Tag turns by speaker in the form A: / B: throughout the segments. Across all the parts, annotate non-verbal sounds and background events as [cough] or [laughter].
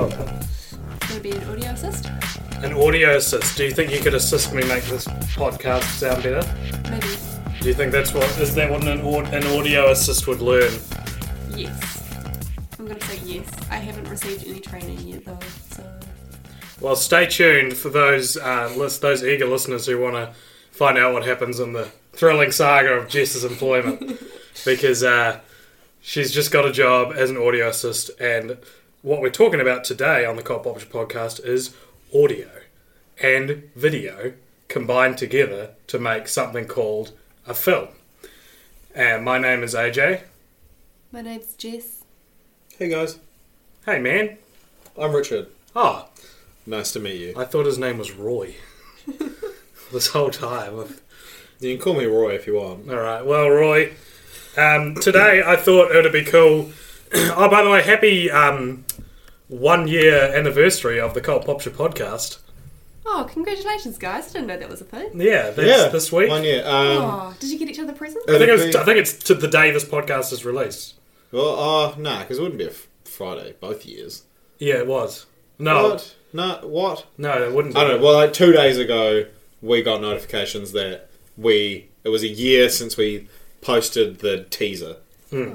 A: Would it be an audio assist?
B: An audio assist. Do you think you could assist me make this podcast sound better?
A: Maybe.
B: Do you think that's what is that what an, au- an audio assist would learn?
A: Yes. I'm gonna say yes. I haven't received any training yet though, so
B: Well, stay tuned for those uh, list, those eager listeners who want to find out what happens in the thrilling saga of Jess's employment, because uh, she's just got a job as an audio assist, and what we're talking about today on the Cop Option Podcast is audio and video combined together to make something called a film. And my name is AJ.
A: my name's Jess.
C: Hey guys,
B: Hey, man.
C: I'm Richard.
B: Oh,
C: Nice to meet you.
B: I thought his name was Roy. this whole time. I've
C: You can call me Roy if you want.
B: All right. Well, Roy, um, today I thought it would be cool. [clears throat] oh, by the way, happy um, one year anniversary of the Cult Popture podcast.
A: Oh, congratulations guys. I didn't know that was a thing.
B: Yeah, that's this week.
C: One year. Um,
A: oh, did you get each other presents?
B: I
C: it'd
B: think, it was,
C: be-
B: I think it's to the day this podcast is released.
C: Well, uh, nah, because it wouldn't be a f- Friday both years.
B: Yeah, it was. No,
C: What? No, what?
B: no, it wouldn't. Be.
C: I don't know. Well, like two days ago, we got notifications that we it was a year since we posted the teaser.
A: Uh,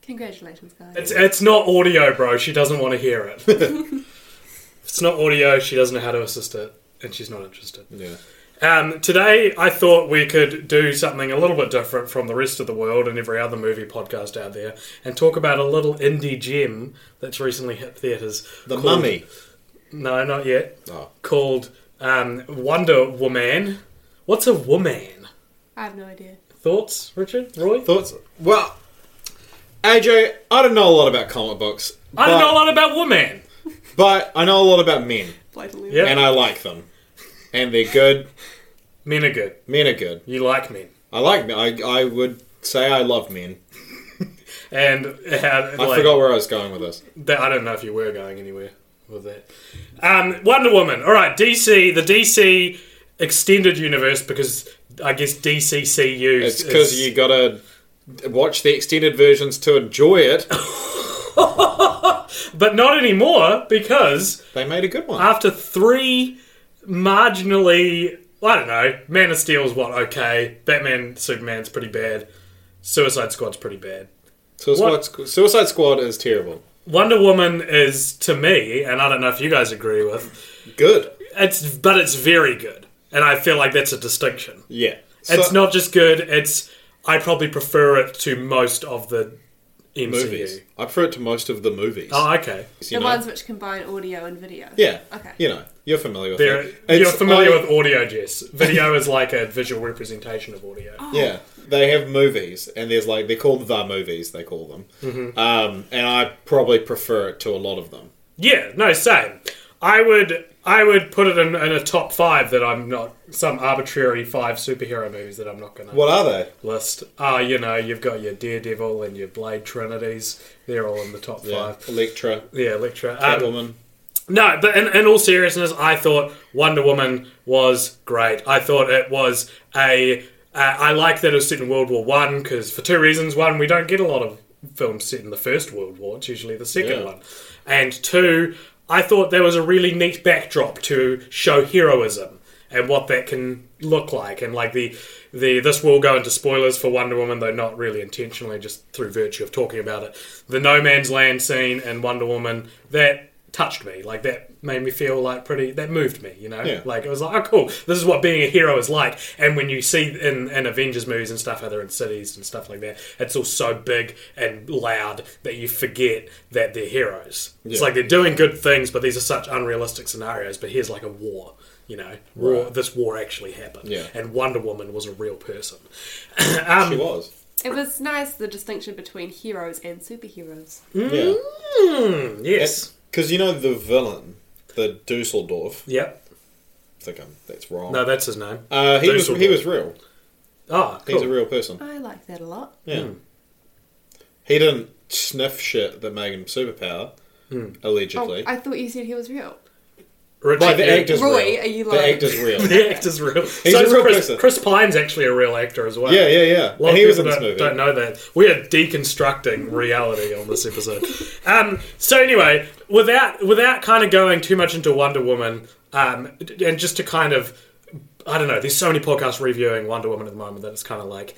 A: congratulations guys.
B: It's it's not audio, bro. She doesn't want to hear
C: [laughs]
B: it. if it's not audio. She doesn't know how to assist it, and she's not interested.
C: Yeah.
B: Um, today, I thought we could do something a little bit different from the rest of the world and every other movie podcast out there and talk about a little indie gem that's recently hit theatres.
C: The
B: called-
C: Mummy.
B: No, not yet.
C: Oh,
B: Called um, Wonder Woman. What's a woman?
A: I have no idea.
B: Thoughts, Richard? Roy?
C: thoughts? Well, AJ, I don't know a lot about comic books.
B: I don't
C: but-
B: know a lot about women.
C: but I know a lot about men,
A: Blatantly.
B: Yeah.
C: and I like them, and they're good.
B: Men are good.
C: Men are good.
B: You like men.
C: I like men. I, I would say I love men.
B: And uh, how,
C: I forgot where I was going with this.
B: That, I don't know if you were going anywhere with that. Um, Wonder Woman. All right, DC, the DC extended universe, because I guess DCCU.
C: It's because you gotta watch the extended versions to enjoy it.
B: [laughs] But not anymore, because
C: They made a good one.
B: after three marginally. I don't know. Man of Steel's what? Okay. Batman, Superman's pretty bad. Suicide Squad's pretty bad.
C: Suicide, Squ- Suicide Squad is terrible.
B: Wonder Woman is, to me, and I don't know if you guys agree with,
C: Good.
B: it's but it's very good. And I feel like that's a distinction.
C: Yeah.
B: it's
C: So-
B: not just good. It's I probably prefer it to most of the MCU.
C: movies. I prefer it to most of the movies.
B: Oh, okay.
C: you
A: The
C: know?
A: ones which combine audio and video.
C: Yeah.
A: Okay.
C: You know, you're familiar with
B: They're-
C: it.
B: you're
C: It's
B: familiar
C: like-
B: with audio, Jess. Video is like a visual representation of audio.
C: Yeah, they have movies, and there's like they're called the movies. They call them,
B: Mm-hmm.
C: um, and I probably prefer it to a lot of them.
B: Yeah, no, same. I would I would put it in, in a top five that I'm not some arbitrary five superhero movies that I'm not gonna
C: What are they?
B: list. Ah, you know, you've got your Daredevil and your Blade Trinities. They're all in the top
C: Yeah,
B: five.
C: Electra,
B: Yeah, Electra. Um,
C: Catwoman.
B: No, but in, in all seriousness, I thought Wonder Woman was great. I thought it was a. Uh, I like that it was set in World War One because for two reasons: one, we don't get a lot of films set in the First World War; it's usually the second
C: Yeah.
B: one, and two, I thought there was a really neat backdrop to show heroism and what that can look like, and like the the this will go into spoilers for Wonder Woman, though not really intentionally, just through virtue of talking about it. The no man's land scene and Wonder Woman that touched me. Like that made me feel like pretty. That moved me. You know,
C: Yeah.
B: like it was like, oh, cool. This is what being a hero is like. And when you see in, in Avengers movies and stuff, how they're in cities and stuff like that, it's all so big and loud that you forget that they're heroes. It's
C: Yeah.
B: like they're doing good things, but these are such unrealistic scenarios. But here's like a war. You know, war,
C: Right.
B: this war actually happened,
C: Yeah.
B: and Wonder Woman was a real person. [coughs] Ah,
C: she
B: Um,
C: was.
A: It was nice the distinction between heroes and superheroes.
C: Yeah.
B: Mm, yes.
C: Because you know the villain, the Dusseldorf.
B: yep.
C: I think I'm, that's wrong.
B: No, that's his name.
C: uh, he was
B: Dusseldorf.
C: he was real.
B: Oh,
C: He's a
B: cool. Hmm.
C: real person.
A: I like that a lot.
C: Yeah. He didn't sniff shit that made him superpower.
B: Hmm.
A: Oh,
C: Allegedly.
A: I thought you said he was real.
B: Richard
C: Like the
B: Gere-
C: actor's
A: Roy,
C: real.
A: are you
C: The
A: lying?
C: actor's real.
B: [laughs]
A: [laughs]
B: The actor's real.
C: He's
B: so
C: a
B: is
C: real
B: Chris,
C: person.
B: Chris Pine's actually a real actor as well.
C: Yeah, yeah, yeah.
B: A lot
C: And
B: of
C: he was in
B: people
C: this
B: don't, don't
C: movie.
B: know that. We are deconstructing reality on this episode. Um, so anyway, without without kind of going too much into Wonder Woman, um, and just to kind of, I don't know. There's so many podcasts reviewing Wonder Woman at the moment that it's kind of like,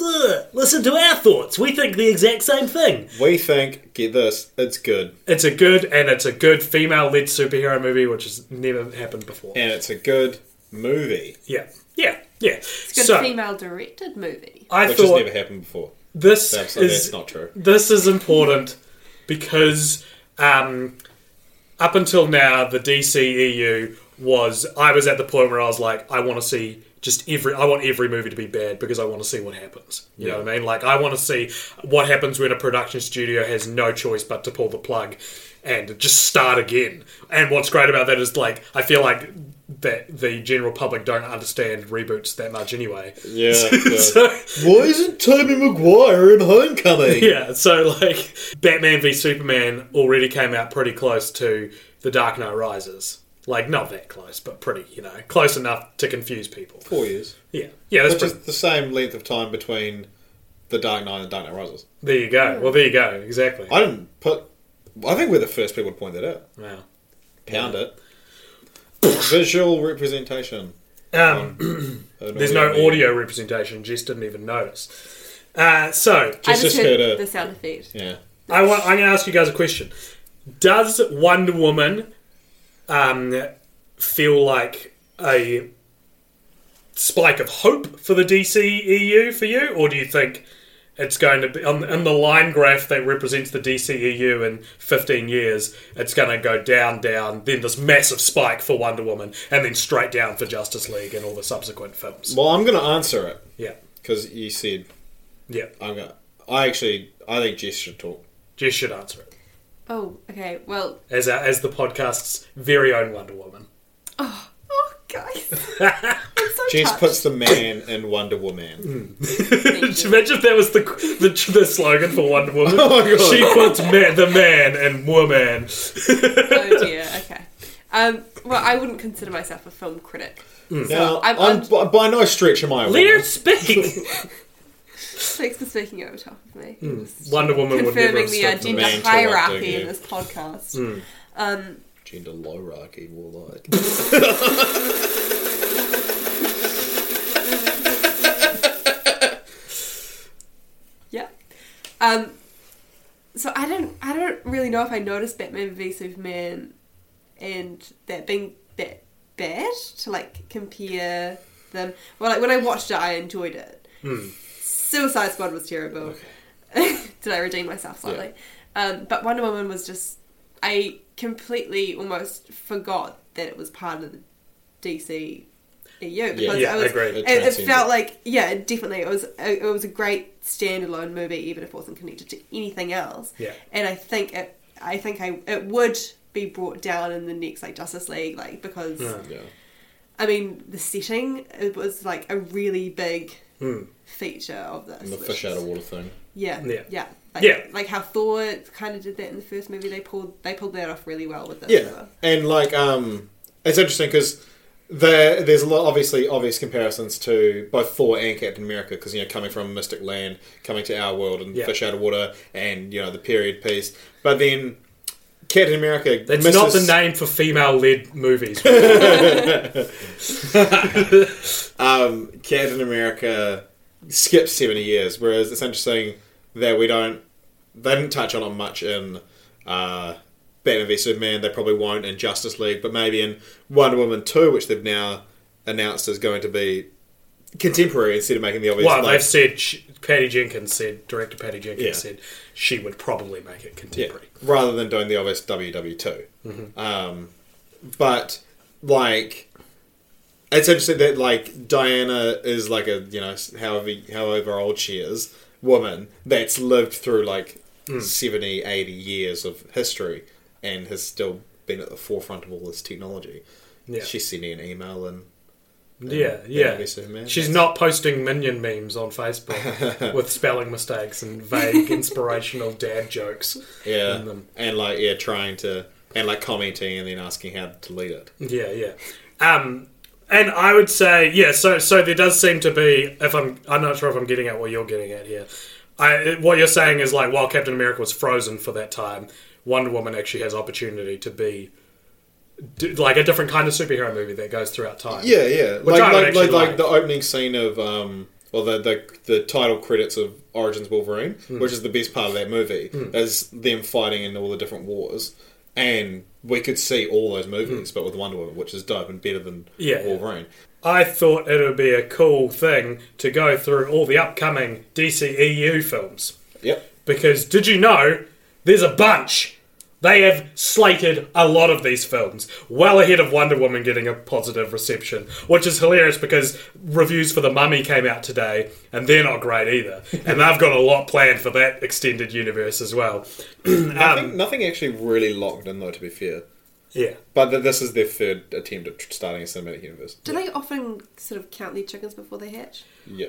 B: "Ugh, listen to our thoughts. We think the exact same thing.
C: We think, get this, it's good.
B: It's a good and it's a good female-led superhero movie, which has never happened before.
C: And it's a good movie,
B: Yeah, yeah, yeah.
A: It's a good
B: so
A: female directed movie.
B: I
C: which
B: thought
C: has never happened before.
B: this
C: That's,
B: is
C: that's not true.
B: this is important because um, up until now the DCEU was I was at the point where I was like I want to see just every I want every movie to be bad because I want to see what happens. You know what I mean? Like I want to see what happens when a production studio has no choice but to pull the plug and just start again. And what's great about that is like I feel like that the general public don't understand reboots that much anyway.
C: Yeah.
B: [laughs] So-
C: Why isn't Toby Maguire in Homecoming?
B: yeah, so like Batman v Superman already came out pretty close to The Dark Knight Rises. Like not that close, but pretty, you know, close enough to confuse people.
C: Four years.
B: Yeah, yeah, that's
C: Which is
B: pretty-
C: the same length of time between The Dark Knight and Dark Knight Rises.
B: there you go. Well, there you go. Exactly.
C: I didn't put. I think we're the first people to point that out.
B: Wow.
C: Pound it. [coughs] Visual representation.
B: Um,
C: An
B: there's no audio representation. Jess didn't even notice. Uh, so
A: I
C: Just,
A: just
C: just
A: heard
C: heard a.
A: the sound effect.
C: Yeah.
B: I want, I'm going to ask you guys a question. Does Wonder Woman um, feel like a spike of hope for the DCEU for you, or do you think it's going to be on, on the line graph that represents the DCEU in 15 years? It's going to go down, down, then this massive spike for Wonder Woman, and then straight down for Justice League and all the subsequent films?
C: Well, I'm going to answer it
B: Yeah,
C: because you said
B: yeah.
C: I'm going. to I actually, I think Jess should talk.
B: Jess should answer it
A: Oh, okay. Well,
B: as our, as the podcast's very own Wonder Woman.
A: oh, [laughs] guys. I'm so
C: Jess
A: touched. [laughs]
C: puts the man in Wonder
B: Mm.
C: Woman.
A: Thank you.
B: Imagine if that was the, the the slogan for Wonder Woman.
C: [laughs] Oh my God.
B: She puts man, the man and woman.
A: oh dear. Okay. Um, well, I wouldn't consider myself a film critic.
C: Now,
A: I'm-
C: I'm,
A: I'm-
C: by, by no stretch am I. a
B: Let her
C: woman.
B: speak.
A: Thanks for speaking over top of me.
B: Wonder Woman would never
A: Confirming
B: have
A: the
B: stood for that.
A: agenda
C: man to what they
A: hierarchy
C: do.
A: in this podcast. Um,
C: Gender hierarchy, more like.
A: yeah. Um, so I don't, I don't really know if I noticed Batman v Superman and that being that bad to like compare them. Well, like when I watched it, I enjoyed it. Suicide Squad was terrible. [laughs] Did I redeem myself slightly? Um, but Wonder Woman was just. I completely almost forgot that it was part of the DC EU because
B: Yeah,
A: I was,
B: agreed.
A: It,
C: It
A: it
C: transcends
A: felt
C: it.
A: like yeah, definitely it was a, it was a great standalone movie even if it wasn't connected to anything else.
B: Yeah.
A: and I think it I think I it would be brought down in the next like Justice League like because
C: Yeah.
A: I mean, the setting it was like a really big
B: Hmm.
A: feature of this.
C: And the
A: which
C: fish
A: is-
C: out of water thing.
A: Yeah,
B: Yeah.
A: yeah, yeah. Like,
B: Yeah.
A: like how Thor kind of did that in the first movie. They pulled they pulled that off really well with this.
C: Yeah, and like um, it's interesting because there there's a lot obviously obvious comparisons to both Thor and Captain America because you know coming from Mystic Land, coming to our world and
B: Yeah.
C: Fish Out of Water, and you know the period piece. But then Captain America
B: That's
C: misses,
B: not the name for female-led
C: [laughs]
B: movies.
C: Um, Captain America skips seventy years, whereas it's interesting that we don't they didn't touch on it much in. Uh, Batman v Superman, they probably won't in Justice League, but maybe in Wonder Woman 2, which they've now announced is going to be contemporary instead of making the obvious.
B: well,
C: like-
B: they've said she, Patty Jenkins said director Patty Jenkins
C: Yeah.
B: said she would probably make it
C: yeah,
B: contemporary.
C: rather than doing the obvious WW2.
B: Mm-hmm.
C: Um, but, like, it's interesting that, like, Diana is, like, a, you know, however, however old she is, woman that's lived through, like,
B: Hmm.
C: seventy, eighty 70, 80 years of history and has still been at the forefront of all this technology.
B: Yeah.
C: She's sending an email and
B: Yeah, yeah.
C: Batman v Superman.
B: She's not posting minion memes on
C: [laughs]
B: Facebook with spelling mistakes and um, vague inspirational dad jokes.
C: yeah,
B: in them.
C: and like yeah, trying to and like commenting and then asking how to delete it.
B: Yeah, yeah. Um, and I would say, yeah. So, so there does seem to be. If I'm, I'm not sure if I'm getting at what you're getting at here. I, what you're saying is like, while Captain America was frozen for that time, Wonder Woman actually has opportunity to be, d like a different kind of superhero movie that goes throughout time.
C: Yeah, yeah.
B: Which
C: like
B: I would
C: like,
B: actually
C: like, like
B: like.
C: the opening scene of um well the the, the title credits of Origins Wolverine,
B: Hmm.
C: which is the best part of that movie, is them fighting in all the different wars. And we could see all those movies, but with Wonder Woman, which is dope and better than
B: Hmm. Yeah, yeah.
C: Wolverine.
B: I thought it would be a cool thing to go through all the upcoming DCEU films.
C: Yep.
B: Because did you know there's a bunch? They have slated a lot of these films, well ahead of Wonder Woman getting a positive reception, which is hilarious because reviews for The Mummy came out today, and they're not great either. and they've got a lot planned for that extended universe as well. Um,
C: Nothing, nothing actually really locked in though, to be fair.
B: Yeah.
C: But th- this is their third attempt at tr- starting a cinematic universe.
A: Do they often sort of count their chickens before they hatch?
C: Yeah.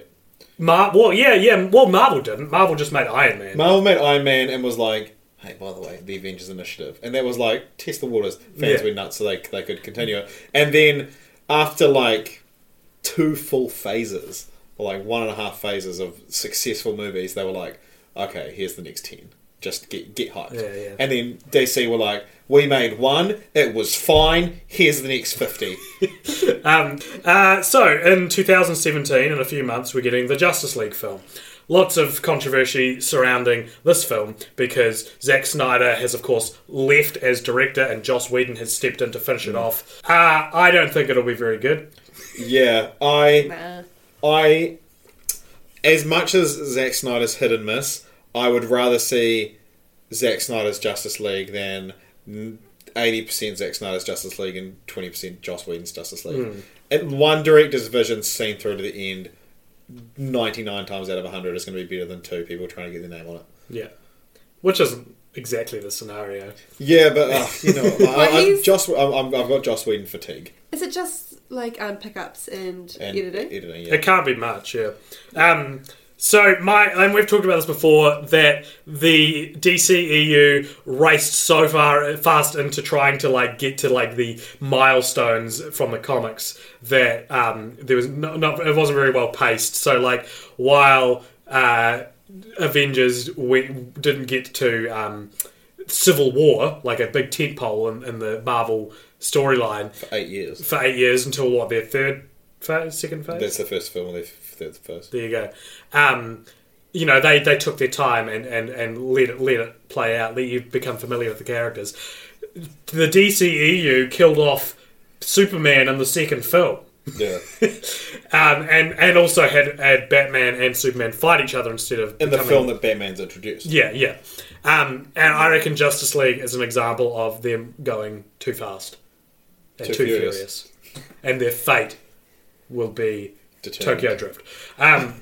B: Mar- well, yeah, yeah. Well, Marvel didn't. Marvel just made Iron Man.
C: Marvel made Iron Man and was like, "Hey, by the way, the Avengers Initiative," and that was like test the waters. Fans
B: Yeah.
C: went nuts, so they they could continue it. And then after like two full phases, or like one and a half phases of successful movies, they were like, "Okay, here's the next ten. Just get get hyped."
B: Yeah, yeah.
C: And then DC were like, "We made one. It was fine. Here's the
B: [laughs]
C: next 50.
B: Um, uh, so, in 2017, in a few months, we're getting the Justice League film. Lots of controversy surrounding this film because Zack Snyder has, of course, left as director and Joss Whedon has stepped in to finish it off. Uh, I don't think it'll be very good.
C: yeah, I
A: Nah.
C: I, as much as Zack Snyder's hit and miss, I would rather see Zack Snyder's Justice League than eighty percent Zack Snyder's Justice League and twenty percent Joss Whedon's Justice League.
A: Hmm.
C: And one director's vision seen through to the end, ninety nine times out of hundred is going to be better than two people trying to get their name on it.
B: Yeah. Which isn't exactly the scenario.
C: Yeah, but uh,
A: [laughs]
C: you know, I,
A: Well,
C: I,
A: he's-
C: Joss, I, I'm, I've got Joss Whedon fatigue
A: Is it just like um, pickups and,
C: and
A: editing?
C: Editing, yeah.
B: It can't be much, yeah. Um, so my and we've talked about this before that the DCEU raced so far fast into trying to like get to like the milestones from the comics that um, there was no, not it wasn't very well paced. So like while uh, Avengers we didn't get to um, Civil War like a big tentpole in, in the Marvel storyline
C: Eight years.
B: for eight years until what their third phase, second phase.
C: That's the first film. They're
A: [laughs]
C: the first.
B: There you go. Um, you know, they, they took their time and, and, and let it let it play out. Let you become familiar with the characters. The DCEU killed off Superman in the second film.
C: Yeah.
B: Um, and, and also had, had Batman and Superman fight each other instead of
C: In the
B: becoming-
C: film that Batman's introduced.
B: Yeah, yeah. Um, and I reckon Justice League is an example of them going too fast and
C: Too
B: too,
C: furious.
B: furious. and their fate will be
C: Determined.
B: Tokyo Drift. Um,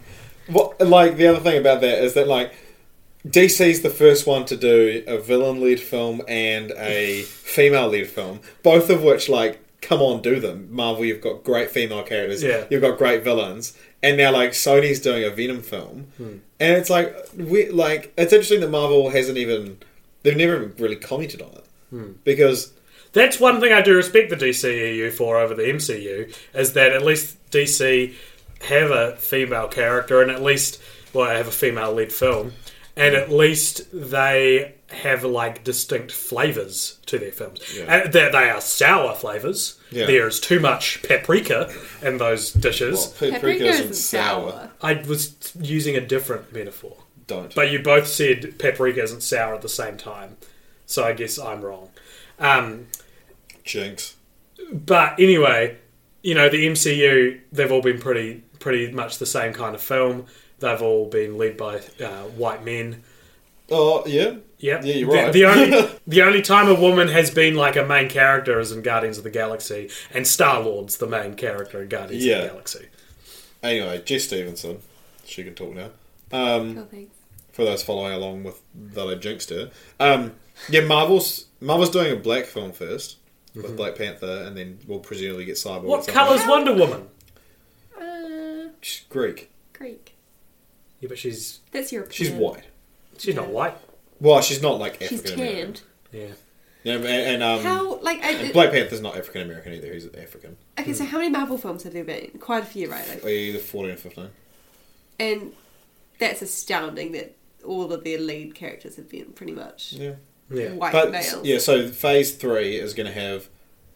C: Well, like the other thing about that is that like DC's the first one to do a villain-led film
B: [laughs]
C: and a female-led film, both of which like come on, do them. Marvel, you've got great female characters,
B: Yeah.
C: you've got great villains, and now like Sony's doing a Venom film,
B: Hmm.
C: and it's like we like it's interesting that Marvel hasn't even they've never really commented on it
B: Hmm.
C: because
B: That's one thing I do respect the DCEU for over the MCU is that at least DC have a female character and at least well they have a female led film and at least they have like distinct flavors to their films.
C: Yeah.
B: Uh, They, they are sour flavors.
C: Yeah.
B: There is too much paprika in those dishes.
A: Paprika isn't sour.
B: I was using a different metaphor.
C: Don't.
B: But you both said paprika isn't sour at the same time. So I guess I'm wrong. Um,
C: Jinx.
B: but anyway, you know the MCU. They've all been pretty pretty much the same kind of film. They've all been led by uh, white men.
C: Oh yeah.
B: Yep.
C: Yeah, you're
B: the,
C: right.
B: The
C: [laughs]
B: only the only time a woman has been like a main character is in Guardians of the Galaxy, and Star Lord's the main character in Guardians
C: Yeah.
B: of the Galaxy.
C: Anyway, Jess Stevenson, she can talk now. Um,
A: Oh, thanks.
C: for those following along with that I jinxed her. Um, yeah, Marvel's Marvel's doing a black film 1st with Black Panther, and then we'll presumably get Cyborg.
B: What
C: something.
B: colour's Wonder Woman?
A: Uh,
C: She's Greek.
A: Greek.
B: Yeah, but she's
A: That's European.
C: She's white.
B: she's not white.
C: Well, she's not like
A: She's
C: African.
A: tanned.
B: Yeah.
C: Yeah, and, and um,
A: How like
C: [laughs]
A: I,
C: and Black Panther's not African American either. He's African.
A: okay? So how many Marvel films have there been? Quite a few, right? Like,
C: Either fourteen or fifteen.
A: and that's astounding that all of their lead characters have been pretty much
C: Yeah.
B: Yeah.
A: white
C: but
A: males.
C: yeah, so Phase Three is going to have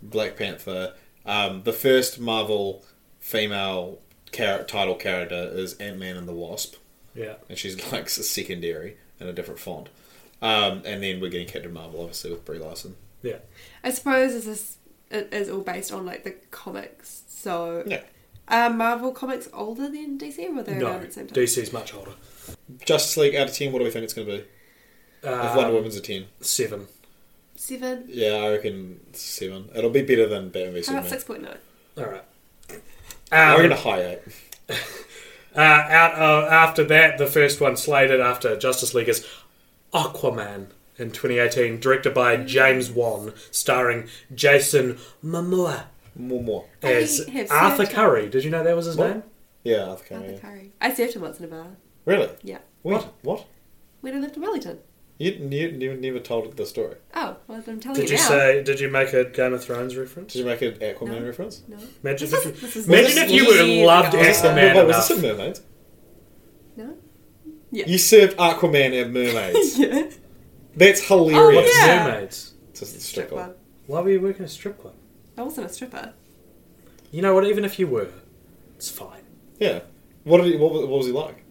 C: Black Panther. Um, the first Marvel female char- title character is Ant Man and the Wasp,
B: Yeah.
C: and she's [laughs] like s- secondary in a different font. Um, and then we're getting Captain Marvel, obviously, with Brie Larson.
B: Yeah.
A: I suppose this is it is all based on like the comics. So
C: Yeah,
A: are Marvel comics older than DC, or were they
B: No,
A: around at the same time?
B: DC's much older.
C: Justice League out of ten. What do we think it's going to be? if Wonder
B: Um,
C: Woman's a ten,
B: seven.
A: Seven.
C: yeah, I reckon seven. It'll be better than Batman v
A: How
C: Superman.
A: about six point nine?
B: All right.
C: I
B: Um,
C: reckon a high eight.
B: uh, out, uh, after that, the first one slated after Justice League is Aquaman in 2018, directed by
A: Mm.
B: James Wan, starring Jason Momoa
C: More, more.
B: as
A: I have
B: Arthur
A: searched-
B: Curry. Did you know that was his
C: What?
B: name?
C: Yeah, I think I
A: Arthur
C: am.
A: Curry. I served him once in a bar.
C: Really?
A: Yeah,
C: Wait, what?
A: when I lived in Wellington.
C: You, you never, never told the story.
A: Oh, well, I'm telling
B: Did you
A: now.
B: say? Did you make a Game of Thrones reference?
C: Did you make an Aquaman
A: No.
C: reference?
A: No.
B: Imagine
A: This
B: if,
A: is- this is-
B: imagine
C: Was this-
B: if you
A: was
B: would have
A: this-
B: loved
A: was this-
B: Aquaman
C: Wait,
B: enough.
C: was this a mermaid?
A: [laughs] No.
C: You served Aquaman
A: [laughs]
C: at mermaids.
A: yeah.
C: That's hilarious.
B: What's
A: Oh, yeah.
B: mermaids?
C: Just a strip
A: Strip
C: club.
A: club.
B: Why were you working at a strip club?
A: I wasn't a stripper.
B: You know what? Even if you were, it's fine.
C: Yeah. What did he, what, was, what was he like?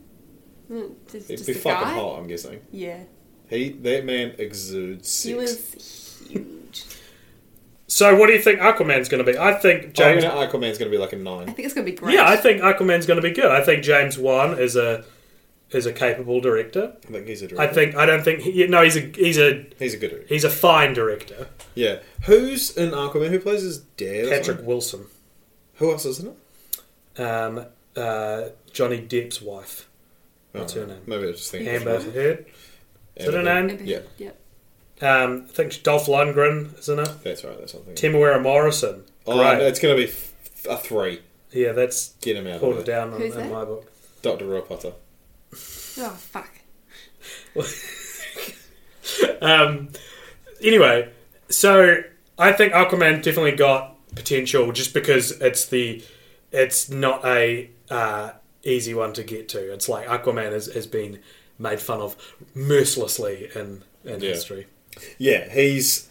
A: Mm, Just,
C: He'd
A: just
C: be
A: a
C: fucking
A: guy.
C: hot, I'm guessing.
A: Yeah.
C: He that man exudes sex.
A: He was huge.
B: So, what do you think Aquaman's going to be? I think
C: I
B: James.
C: reckon Aquaman's gonna be like a
A: I
C: nine.
A: think it's gonna be great.
B: yeah, I think Aquaman's going to be good. I think James Wan is a is a capable director.
C: I think he's a
B: I
C: director.
B: think I don't think he, no. He's a he's a
C: he's a good director.
B: he's a fine director.
C: Yeah. Who's in Aquaman? Who plays his dad? or
B: Patrick
C: something?
B: Wilson,
C: Who else is in it?
B: um, uh, Johnny Depp's wife, What's her name?
C: Maybe I was just thinking.
B: Amber Heard. Is that her
C: Amber.
B: name?
A: Maybe.
C: Yeah.
A: Yeah.
B: Um, I think Dolph Lundgren, isn't it?
C: That's right. That's something.
B: Timura Morrison.
C: Oh,
B: Great.
C: it's gonna be f- a three.
B: yeah, that's
C: Get him out
B: pulled
C: of
B: it
C: it.
B: down on,
A: Who's
B: in
A: that?
B: my book.
C: Doctor Roy Potter.
A: Oh fuck.
B: Um, anyway, so I think Aquaman definitely got potential just because it's the it's not a uh, easy one to get to. It's like Aquaman has, has been made fun of mercilessly in in
C: Yeah.
B: history.
C: Yeah, he's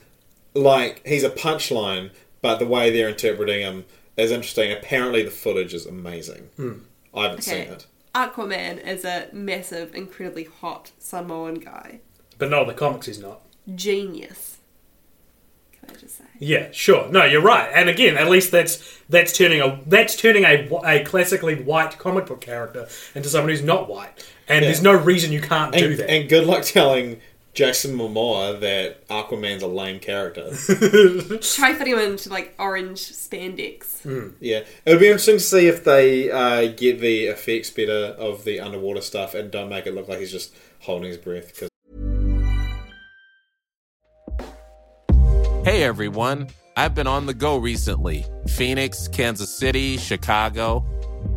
C: like he's a punchline, but the way they're interpreting him is interesting. Apparently, the footage is amazing.
B: Hmm.
C: I haven't
A: Okay.
C: seen it.
A: Aquaman is a massive, incredibly hot Samoan guy.
B: But no, the comics is not.
A: Genius. Can I just say?
B: Yeah, sure. No, you're right. And again, at least that's that's turning a that's turning a, a classically white comic book character into someone who's not white. And there's no reason you can't do
C: And,
B: that.
C: and good luck telling Jackson Momoa that Aquaman's a
B: [laughs]
C: lame character.
A: Try fitting him into like orange spandex.
C: yeah, it would be interesting to see if they uh, get the effects better of the underwater stuff and don't make it look like he's just holding his breath because
D: Hey everyone, I've been on the go recently Phoenix, Kansas City, Chicago.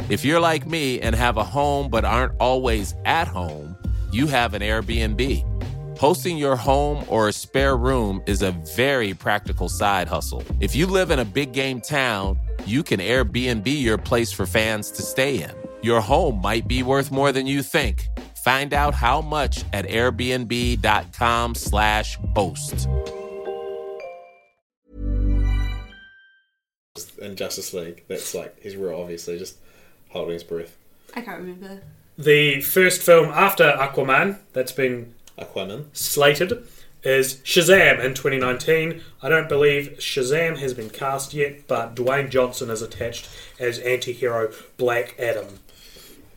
D: If you're like me and have a home but aren't always at home, you have an Airbnb. Hosting your home or a spare room is a very practical side hustle. If you live in a big game town, you can Airbnb your place for fans to stay in. Your home might be worth more than you think. Find out how much at airbnb.com slash host.
C: in Justice League, that's like he's real obviously just holding his breath.
A: I can't remember.
B: the first film after Aquaman that's been
C: Aquaman.
B: slated is Shazam in 2019. I don't believe Shazam has been cast yet, but Dwayne Johnson is attached as anti-hero Black Adam.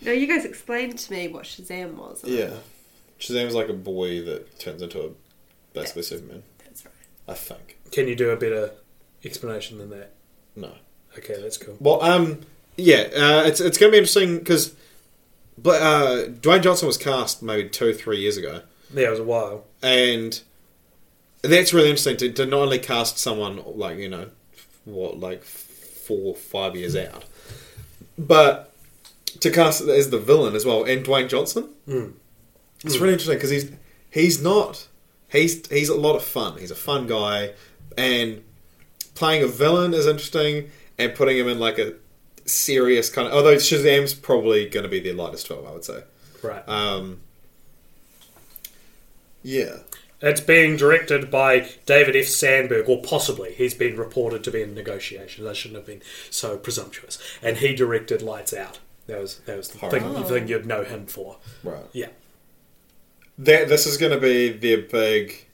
A: No, you guys explained to me what Shazam was. and I-
C: Yeah. Shazam's like a boy that turns into a basically Superman.
A: That's right.
C: I think.
B: Can you do a better explanation than that?
C: No.
B: Okay, that's cool.
C: Well, um, yeah, uh, it's it's going to be interesting because uh, Dwayne Johnson was cast maybe two, three years ago,
B: Yeah, it was a while.
C: and that's really interesting to, to not only cast someone like you know what like four, five years out, but to cast as the villain as well, and Dwayne Johnson. It's really interesting because he's he's not he's he's a lot of fun. He's a fun guy, and playing a villain is interesting, and putting him in like a serious kind of. Although Shazam's probably going to be their lightest film, I would say.
B: Right.
C: Um, yeah,
B: It's being directed by David F. Sandberg, or possibly. He's been reported to be in negotiations. I shouldn't have been so presumptuous. And he directed Lights Out. That was that was the thing,
C: Horrible.
B: the thing you'd know him for.
C: right.
B: Yeah.
C: That this is going to be their big.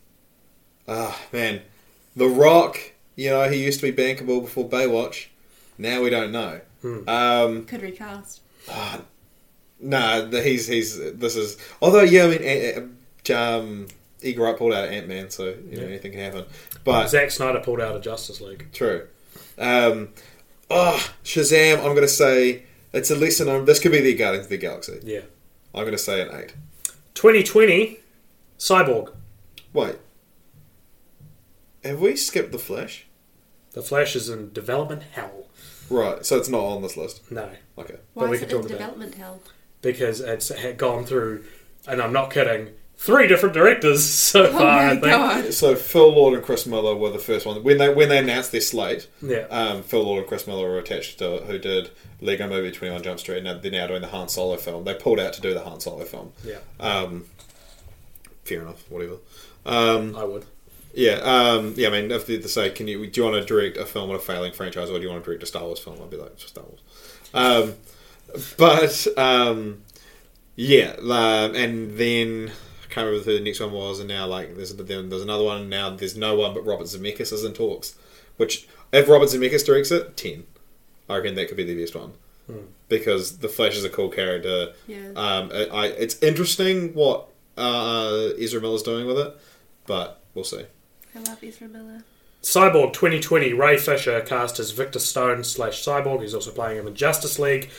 C: Ah man, The Rock. You know he used to be bankable before Baywatch. Now we don't know. Um,
A: Could recast.
C: Nah, the, he's he's this is although yeah, I mean, Ant- um, Edgar Wright pulled out Ant Man, so you know anything can happen. But
B: Zack Snyder pulled out of Justice League.
C: true. Um, oh, Shazam! I'm gonna say it's a lesser known. This could be the Guardians of the Galaxy.
B: Yeah.
C: I'm gonna say an eight.
B: 2020, Cyborg.
C: Wait, have we skipped the Flash?
B: The Flash is in development hell.
C: Right, so it's not on this list.
B: No.
C: Okay,
B: But
A: Why
B: we
A: is
B: could
A: it in
B: talk about it.
A: development hell?
B: Because it's had gone through, and I'm not kidding, three different directors [laughs] so
A: Oh
B: far, I
A: my
B: think.
A: [laughs] god.
C: so Phil Lord and Chris Miller were the first one when they when they announced their slate.
B: Yeah.
C: um, Phil Lord and Chris Miller were attached to it, who did Lego Movie 21 Jump Street, and now- they're now doing the Han Solo film. They pulled out to do the Han Solo film.
B: yeah.
C: Um, fair enough, whatever. Um,
B: I would.
C: yeah, um, yeah. I mean, if they they say, "Can you do you want to direct a film on a failing franchise, or do you want to direct a Star Wars film?" I'd be like, "Star Wars." Um, but um, yeah, um, and then I can't remember who the next one was, and now like there's then there's another one. And now there's no one, but Robert Zemeckis is in talks. Which, if Robert Zemeckis directs it, ten, I reckon that could be the best one because the Flash is a cool character.
A: Yeah.
C: Um, it, I, it's interesting what uh, Ezra Miller's doing with it, but we'll see.
A: I love Ezra Miller.
B: Cyborg 2020, Ray Fisher cast as Victor Stone slash Cyborg. He's also playing him in Justice League.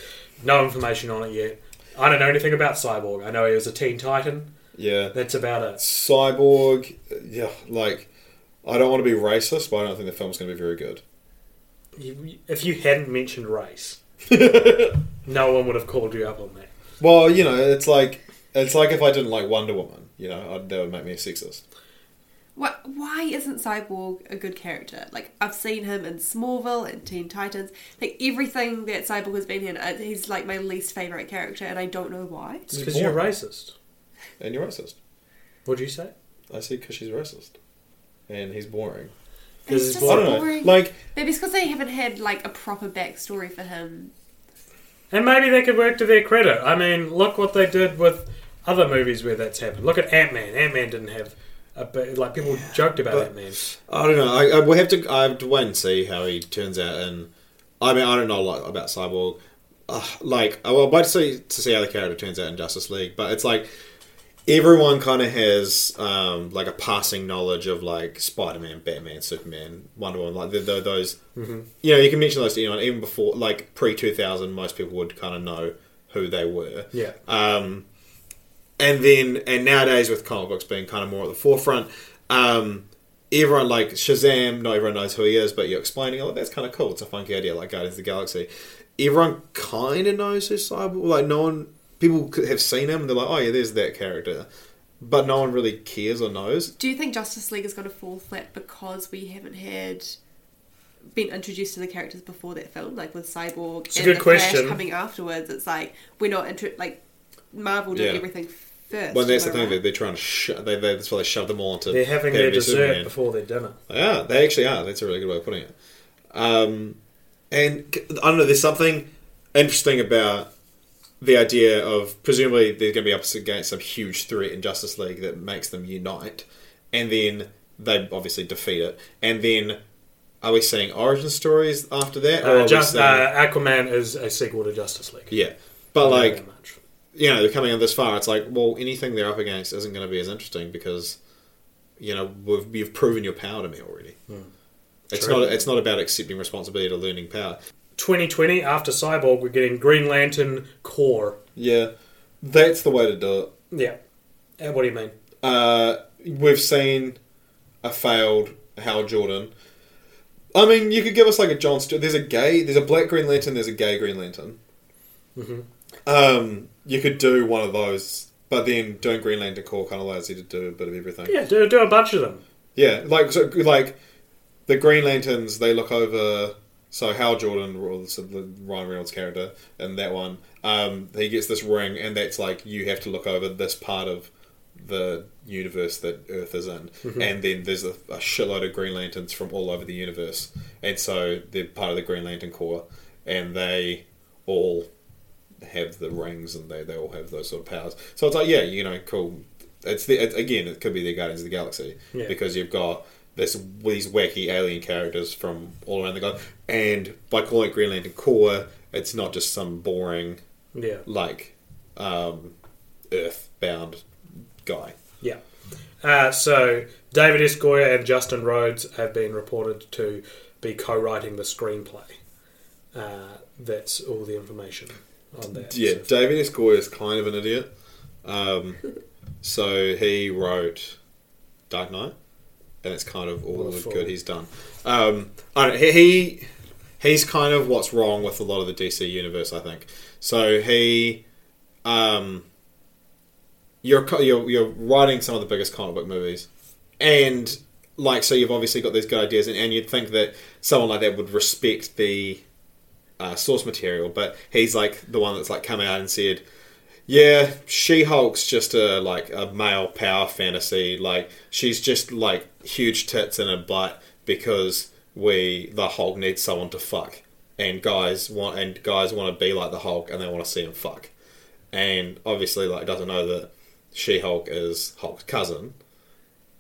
B: No information on it yet. I don't know anything about Cyborg. I know he was a Teen Titan.
C: Yeah.
B: That's about it.
C: Cyborg, yeah, like, I don't want to be racist, but I don't think the film's going to be very good. [laughs]
B: You- If you hadn't mentioned race, no one would have called you up on that.
C: Well, you know, it's like it's like if I didn't like Wonder Woman, you know, I'd, that would make me a sexist.
A: Why, why isn't Cyborg a good character? Like, I've seen him in Smallville and Teen Titans. Like, everything that Cyborg has been in, uh, he's like my least favourite character, and I don't know why.
B: It's because you're racist.
C: And you're racist.
B: What'd you say?
C: I see because she's racist. And he's boring.
B: This
A: It's
B: is
A: just
C: I
B: boring.
C: don't know.
A: boring.
C: Like,
A: Maybe it's because they haven't had, like, a proper backstory for him.
B: And maybe they could work to their credit. I mean, look what they did with other movies where that's happened. Look at Ant Man. Ant Man didn't have a bit, like people joked about
C: but-
B: Ant Man.
C: I don't know. I, I we'll have to. I have to wait and see how he turns out. And I mean, I don't know a lot about Cyborg. Uh, like, I will wait to see to see how the character turns out in Justice League. But it's like everyone kind of has um, like a passing knowledge of like Spider Man, Batman, Superman, Wonder Woman. Like the, the, those, you know, you can mention those to anyone even before like pre two thousand. Most people would kind of know who they were.
B: Yeah.
C: Um, and then and nowadays with comic books being kind of more at the forefront, um, everyone like Shazam. Not everyone knows who he is, but you're explaining. Oh, that's kind of cool. It's a funky idea, like Guardians of the Galaxy. Everyone kind of knows who Cyborg. Like no one, people could have seen him. and They're like, oh yeah, there's that character, but no one really cares or knows.
A: Do you think Justice League is going to fall flat because we haven't had been introduced to the characters before that film, like with Cyborg
B: It's a
A: and
B: good
A: the
B: question.
A: Flash coming afterwards? It's like we're not intro- like Marvel did
C: Yeah.
A: everything first.
C: Well, that's the
A: am I
C: thing
A: right?
C: that they're trying to. Sho- they, they that's why they shove them all into.
B: They're having
C: Batman
B: their
C: v
B: dessert
C: Superman.
B: before their dinner.
C: Yeah, they actually are. That's a really good way of putting it. Um, and c- I don't know. There's something interesting about the idea of presumably they're going to be up against some huge threat in Justice League that makes them unite, and then they obviously defeat it. And then are we seeing origin stories after that? are
B: Uh,
C: we
B: just, uh,
C: seeing-
B: Aquaman is a sequel to Justice League.
C: yeah, but
B: Not
C: like
B: that much.
C: you know, they're coming in this far. It's like, well, anything they're up against isn't going to be as interesting because, you know, we've, you've proven your power to me already. It's
B: True.
C: not. It's not about accepting responsibility to learning power.
B: 2020 after Cyborg, we're getting Green Lantern Core.
C: Yeah, that's the way to do it.
B: Yeah. Uh, What do you mean?
C: Uh, we've seen a failed Hal Jordan. I mean, you could give us like a John Stewart. There's a gay. There's a black Green Mm-hmm. Lantern. There's a gay Green Lantern. Um, you could do one of those But then doing Green Lantern Corps kind of allows you to do a bit of everything.
B: Yeah, do, do a bunch of them.
C: Yeah, like so, like the Green Lanterns, they look over. So Hal Jordan, or so the Ryan Reynolds character, in that one, um, he gets this ring, and that's like you have to look over this part of the universe that Earth is in, and then there's a, a shitload of Green Lanterns from all over the universe, and so they're part of the Green Lantern Corps, and they all have the rings and they, they all have those sort of powers. So it's like, yeah, you know, cool. It's the it, again, it could be the Guardians of the Galaxy
B: Yeah.
C: because you've got this these wacky alien characters from all around the globe, and by calling it Green Lantern Corps, it's not just some boring
B: Yeah.
C: like um, Earth-bound guy.
B: Yeah. Uh, so David S. Goyer and Justin Rhodes have been reported to be co-writing the screenplay. Uh, that's all the information on that.
C: Yeah, David S. Goyer is kind of an idiot. Um, [laughs] so he wrote Dark Knight, and it's kind of all the
B: Wonderful.
C: good he's done. Um, I don't know, he- he he's kind of what's wrong with a lot of the DC universe, I think. So he, um, you're co- you're you're writing some of the biggest comic book movies, and like so you've obviously got these good ideas, and, and you'd think that someone like that would respect the uh, source material, but he's like the one that's like come out and said, "Yeah, She-Hulk's just a like a male power fantasy. Like she's just like huge tits and a butt because we the Hulk needs someone to fuck, and guys want and guys want to be like the Hulk and they want to see him fuck, and obviously like doesn't know that She-Hulk is Hulk's cousin,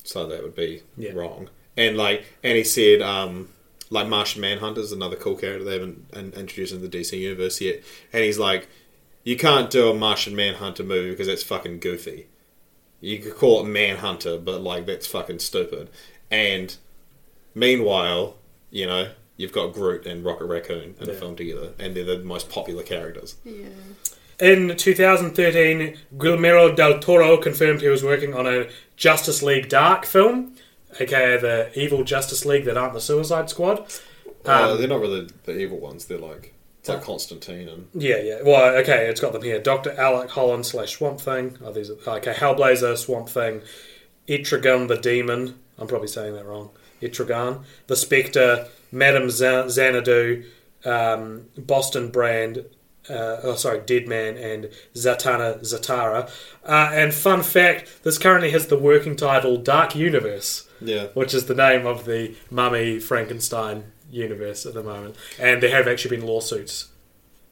C: so that would be
B: Yeah.
C: wrong. And like, and he said, um, like Martian Manhunter is another cool character they haven't in- introduced into the DC universe yet. And he's like, you can't do a Martian Manhunter movie because that's fucking goofy. You could call it Manhunter, but like that's fucking stupid. And meanwhile, you know, you've got Groot and Rocket Raccoon in the
B: Yeah.
C: film together, and they're the most popular characters.
A: Yeah.
B: In 2013, Guillermo del Toro confirmed he was working on a Justice League Dark film, aka the evil Justice League that aren't the Suicide Squad.
C: Uh, they're not really the evil ones. They're like it's like Constantine and
B: Yeah, yeah. Well, okay, it's got them here. Doctor Alec Holland slash Swamp Thing. Oh, these are, okay. Hellblazer, Swamp Thing, Etrigan the Demon. I'm probably saying that wrong. Etrigan, the Spectre, Madame Za- Xanadu, um, Boston Brand. Uh, oh, sorry, Deadman and Zatanna Zatara. Uh, and fun fact: this currently has the working title Dark Universe
C: yeah.
B: which is the name of the Mummy Frankenstein universe at the moment. And there have actually been lawsuits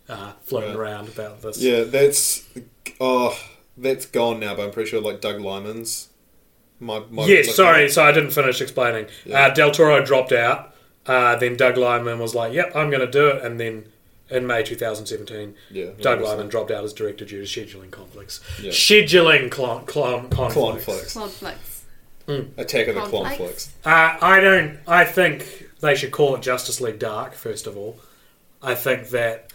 B: uh, floating
C: Right.
B: around about this.
C: Yeah, that's oh, that's gone now. But I'm pretty sure like Doug Lyman's. My, my
B: Yeah, sorry, so I didn't finish explaining. Uh, Del Toro dropped out. Uh, then Doug Lyman was like, "Yep, I'm going to do it." And then in May 2017,
C: Yeah,
B: Doug
C: obviously.
B: Lyman dropped out as director due to scheduling conflicts.
C: Yeah.
B: Scheduling clon- clon- conflicts.
C: Clone Flakes.
A: Cloud flex.
C: Attack of the
A: Clone
C: Clone
A: Flakes.
C: Flakes.
B: Uh, I don't. I think they should call it Justice League Dark. First of all, I think that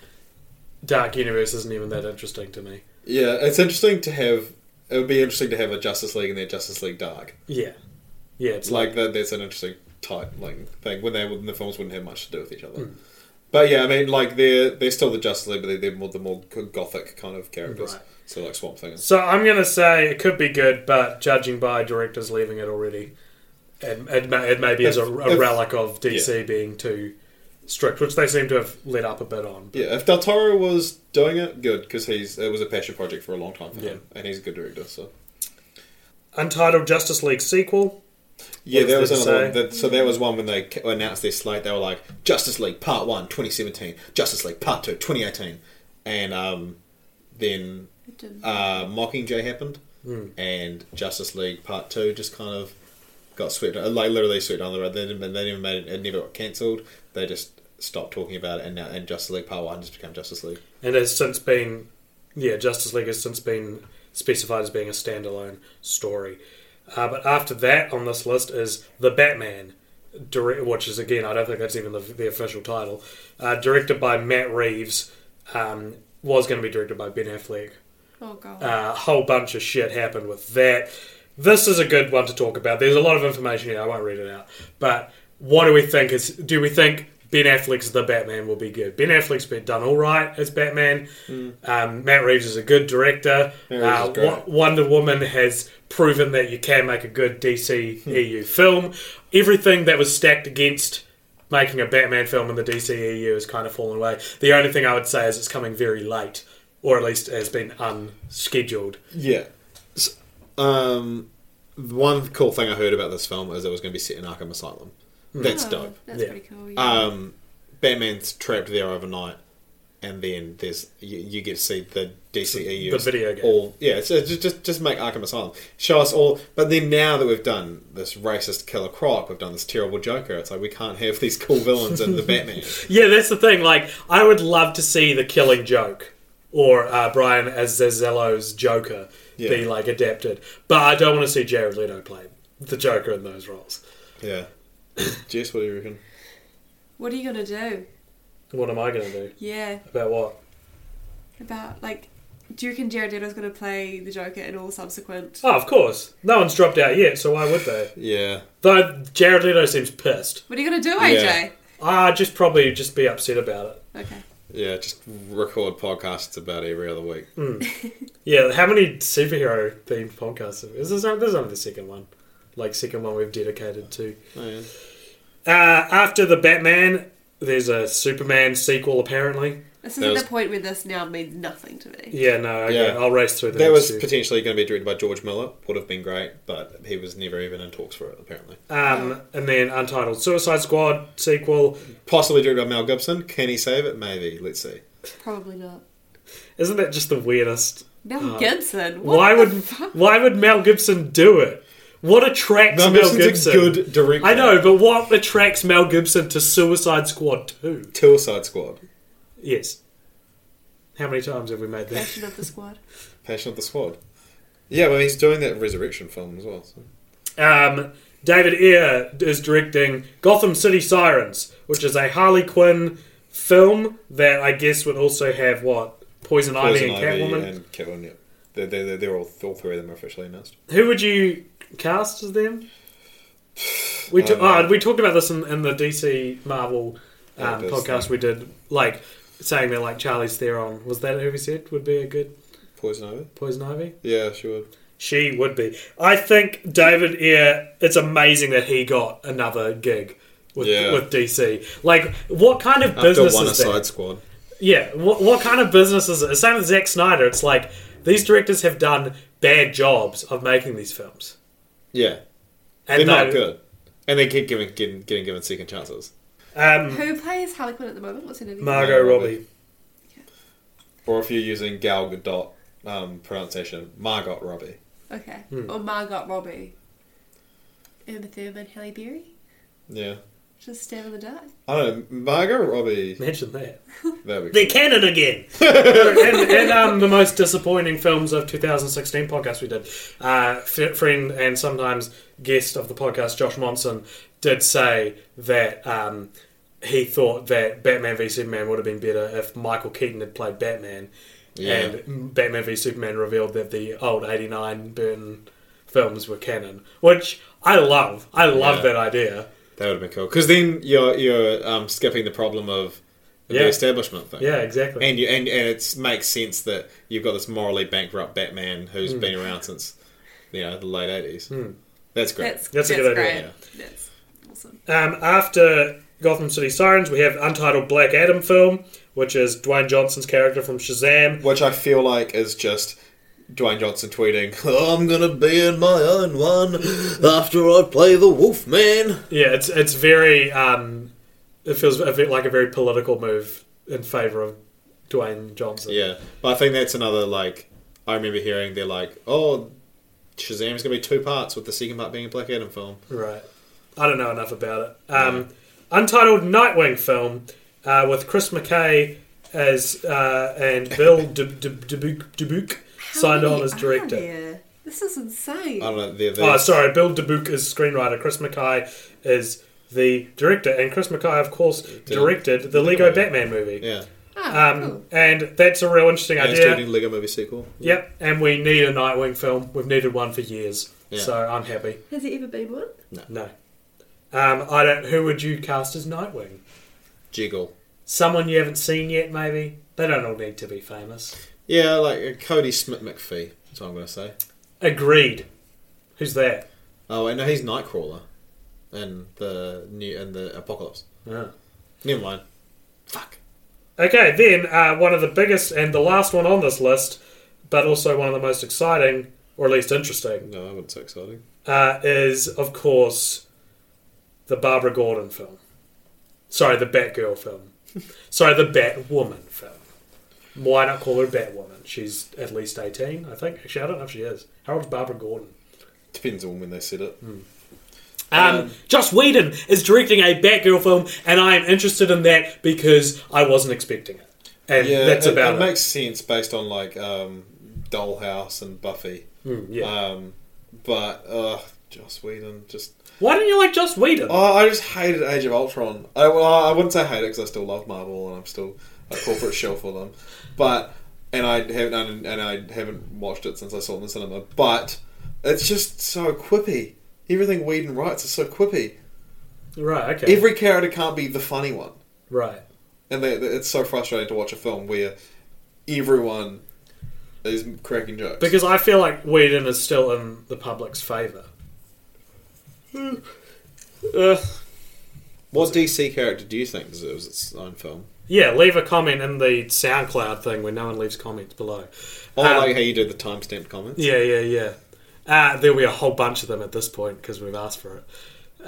B: Dark Universe isn't even that interesting to me.
C: Yeah, it's interesting to have. It would be interesting to have a Justice League and their Justice League Dark.
B: Yeah, yeah. It's
C: It's
B: like,
C: like that. That's an interesting type like thing when they when the films wouldn't have much to do with each other. But yeah, I mean, like they're they're still the Justice League, but they're, they're more the more gothic kind of characters.
B: Right.
C: So like Swamp Thing.
B: so. I'm gonna say it could be good, but judging by directors leaving it already, it, it, may, it maybe is a, a
C: If-
B: relic of DC being too strict, which they seem to have let up a bit on.
C: Yeah, if Del Toro was doing it, good because he's it was a passion project for a long time for
B: Yeah.
C: him, and he's a good director. So
B: Untitled Justice League sequel.
C: Yeah,
B: What
C: that
B: does
C: was
B: it
C: another one. Mm.
B: say?
C: That, so that was one when they ca- announced their slate. They were like Justice League Part 1, 2017, Justice League Part 2, 2018. And um, then
A: It didn't.
C: uh, Mockingjay happened, and Justice League Part 2 just kind of got swept, uh, like literally swept under the rug. They, didn't, they never made it, it never got cancelled. They just stopped talking about it, and now and Justice League Part 1 just became Justice League.
B: and has since been yeah justice league has since been specified as being a standalone story uh, but after that on this list is the batman direct, which is again i don't think that's even the, the official title uh, directed by matt reeves um, was going to be directed by ben affleck
A: Oh god.
B: Uh, a whole bunch of shit happened with that. This is a good one to talk about. There's a lot of information here. I won't read it out. But what do we think is? Do we think Ben Affleck's The Batman will be good. Ben Affleck's been done all right as Batman. Um, Matt Reeves is a good director.
C: Matt Reeves is
B: Uh,
C: great.
B: Wo- Wonder Woman has proven that you can make a good
C: Hmm.
B: DC EU film. Everything that was stacked against making a Batman film in the DC EU has kind of fallen away. The only thing I would say is it's coming very late, or at least has been unscheduled.
C: Yeah. S um, one cool thing I heard about this film is it was going to be set in Arkham Asylum. That's
A: Oh,
C: dope.
A: That's
B: Yeah. Uh,
A: pretty cool. Yeah.
C: Um, Batman's trapped there overnight, and then there's you, you get to see the DCEU.
B: The video game.
C: All yeah, so just, just just make Arkham Asylum. Show us all. But then now that we've done this racist Killer Croc, we've done this terrible Joker. It's like we can't have these cool villains in the Batman.
B: Yeah, that's the thing. Like, I would love to see the Killing Joke or uh, Brian Azazello's Joker be
C: Yeah.
B: like adapted, but I don't want to see Jared Leto play the Joker in those roles.
C: Yeah. Jess, what do you reckon?
A: what are you gonna do?
B: What am I going to do
A: Yeah,
B: about what?
A: about like, do you reckon Jared Leto's gonna play the Joker in all subsequent?
B: Oh, of course, no one's dropped out yet, so why would they?
C: Yeah.
B: Though Jared Leto seems pissed.
A: What are you gonna do, AJ?
C: Yeah.
B: Ah, just probably just be upset about it.
A: Okay.
C: Yeah, just record podcasts about every other week.
B: Yeah, how many superhero themed podcasts have- is this? This is only the second one, like second one we've dedicated to
C: Oh, yeah.
B: Uh, after the Batman, there's a Superman sequel apparently.
A: This is
C: That
A: at
C: was-
A: the point where this now means nothing to me.
B: Yeah, no, okay,
C: Yeah.
B: I'll race through the
C: That was
B: next few.
C: potentially going to be directed by George Miller. Would have been great, but he was never even in talks for it, apparently.
B: um, and then Untitled Suicide Squad sequel.
C: Possibly directed by Mel Gibson. Can he save it? Maybe. Let's see.
A: Probably not.
B: Isn't that just the weirdest?
A: Mel Gibson. What
B: Uh, Why
A: the
B: would
A: [laughs] fuck?
B: why would Mel Gibson do it? What attracts
C: Mel
B: Mel,
C: Gibson's
B: Gibson?
C: a good director.
B: I know, but what attracts Mel Gibson to Suicide Squad Two?
C: Suicide Squad.
B: Yes. How many times have we made that?
A: Passion of the
B: [laughs]
A: Squad?
C: Passion of the Squad. Yeah, well, he's doing that Resurrection film as well. So.
B: Um, David Ayer is directing Gotham City Sirens, which is a Harley Quinn film that I guess would also have what Poison, Ivy
C: Poison
B: and
C: Ivy
B: Catwoman.
C: and Catwoman, yeah. They're, they're, they're all, all three of them are officially announced.
B: Who would you cast as them? We t-
C: I don't
B: oh, we talked about this in, in the DC Marvel
C: Yeah,
B: um,
C: this
B: podcast we did, like saying that like Charlie's Theron was that who we said would be a good
C: Poison Ivy?
B: Poison Ivy.
C: Yeah, sure.
B: She would be. I think David Ayer. It's amazing that he got another gig with
C: Yeah.
B: with DC. Like, what kind of
C: After
B: business
C: one
B: is that?
C: aside squad.
B: Yeah. What what kind of business is it? Same with Zack Snyder. It's like these directors have done bad jobs of making these films,
C: Yeah.
B: and
C: They're not
B: they-
C: good. And they keep giving, getting, getting given second chances.
B: Um,
A: Who plays Harley Quinn at the moment? What's her name?
B: Margot
C: Margot
B: Robbie.
C: Robbie. Or if you're using Gal Gadot um, pronunciation, Margot Robbie.
A: okay.
B: Hmm.
A: Or Margot Robbie. Uma Thurman, Halle Berry.
C: Yeah.
A: Just stand in the dark.
C: I don't know. Margot Robbie.
B: Imagine that.
C: There we go.
B: They're canon
C: [laughs]
B: again. and and um, the most disappointing films of 2016 podcast we did. Uh, f- friend and sometimes guest of the podcast, Josh Monson, did say that um, he thought that Batman v Superman would have been better if Michael Keaton had played Batman.
C: Yeah.
B: And Batman v Superman revealed that the old 89 Burton films were canon, which I love. I love
C: Yeah.
B: that idea.
C: That would have been cool. Because then you're you're um, skipping the problem of
B: Yeah.
C: the establishment thing.
B: Yeah, exactly.
C: And you and, and it makes sense that you've got this morally bankrupt Batman who's
B: Hmm.
C: been around since you know the late eighties. That's great.
A: That's,
B: That's a good idea,
A: great. That's awesome.
B: Um, after Gotham City Sirens, we have Untitled Black Adam film, which is Dwayne Johnson's character from Shazam.
C: Which I feel like is just Dwayne Johnson tweeting, "I'm gonna be in my own one after I play the Wolfman."
B: Yeah, it's it's very um, it feels a bit like a very political move in favor of Dwayne Johnson.
C: Yeah, but I think that's another like I remember hearing they're like, "Oh, Shazam's gonna be two parts with the second part being a Black Adam film."
B: Right. I don't know enough about it. Um, Untitled Nightwing film uh, with Chris McKay as uh, and Bill [laughs] Du- Du- Dubuque Dubuque signed on as director.
A: This is insane.
C: I don't know. They're, they're,
B: Oh, sorry. Bill DeBook is screenwriter. Chris McKay is the director, and Chris McKay, of course, directed the Lego Batman movie.
C: Yeah.
A: Ah,
B: Um,
A: cool.
B: and that's a real interesting
C: And it's
B: idea.
C: doing Lego Movie sequel.
B: Yep. And we need a Nightwing film. We've needed one for years,
C: Yeah.
B: so I'm happy.
A: Has there ever been one?
B: No. Um, I don't. Who would you cast as Nightwing?
C: jiggle.
B: Someone you haven't seen yet, maybe. They don't all need to be famous.
C: Yeah, like uh, Cody Smith McPhee. That's what I'm going to say.
B: Agreed. Who's that?
C: Oh, and no, he's Nightcrawler in the new in the Apocalypse.
B: Oh.
C: Never mind. Fuck.
B: Okay, then uh, one of the biggest and the last one on this list, but also one of the most exciting, or at least interesting,
C: No, I wasn't so exciting.
B: uh, is of course the Barbara Gordon film. Sorry, the Batgirl
C: [laughs]
B: film. Sorry, the Batwoman film. Why not call her Batwoman? She's at least eighteen, I think. Actually, I don't know if she is. How old's Barbara Gordon?
C: Depends on when they said it.
B: Um, Joss Whedon is directing a Batgirl film, and I am interested in that because I wasn't expecting it, and
C: Yeah,
B: that's
C: it,
B: about
C: it
B: it.
C: makes sense based on like um, Dollhouse and Buffy.
B: Mm, yeah.
C: Um, but uh, Joss Whedon just
B: Why don't you like Joss Whedon?
C: Oh, I just hated Age of Ultron. I, well, I wouldn't say hate it because I still love Marvel and I'm still a corporate [laughs] shell for them. But and I haven't and, and I haven't watched it since I saw it in the cinema. But it's just so quippy. Everything Whedon writes is so quippy.
B: right. Okay.
C: Every character can't be the funny one,
B: right.
C: and they, they- it's so frustrating to watch a film where everyone is cracking jokes.
B: Because I feel like Whedon is still in the public's favour.
C: Hmm.
B: Uh,
C: what DC character do you think deserves its own film?
B: yeah, leave a comment in the SoundCloud thing where no one leaves comments below.
C: Oh, I
B: Um,
C: like how you do the timestamped comments.
B: Yeah, yeah, yeah. Uh, there'll be a whole bunch of them at this point because we've asked for it.
C: [laughs]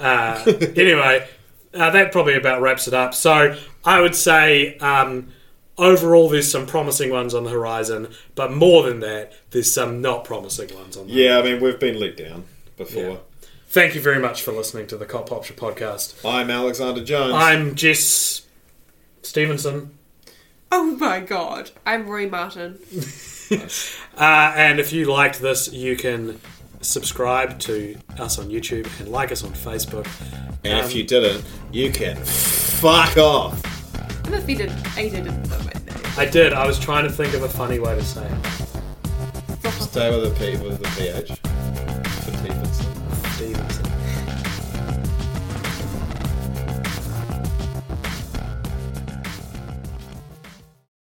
B: Uh, anyway, uh, that probably about wraps it up. So I would say um, overall, there's some promising ones on the horizon, but more than that, there's some not promising ones on the
C: Yeah, I mean we've been let down before.
B: Yeah. Thank you very much for listening to the Cop Popture podcast.
C: I'm Alexander Jones.
B: I'm Jess Stevenson.
A: Oh my god. I'm Roy Martin.
B: Uh, and if you liked this, you can subscribe to us on YouTube and like us on Facebook.
C: and if you didn't, you can fuck off.
A: I'm offended. I didn't know my name.
B: I did. I was trying to think of a funny way to say it.
C: Stay with the P with the PH.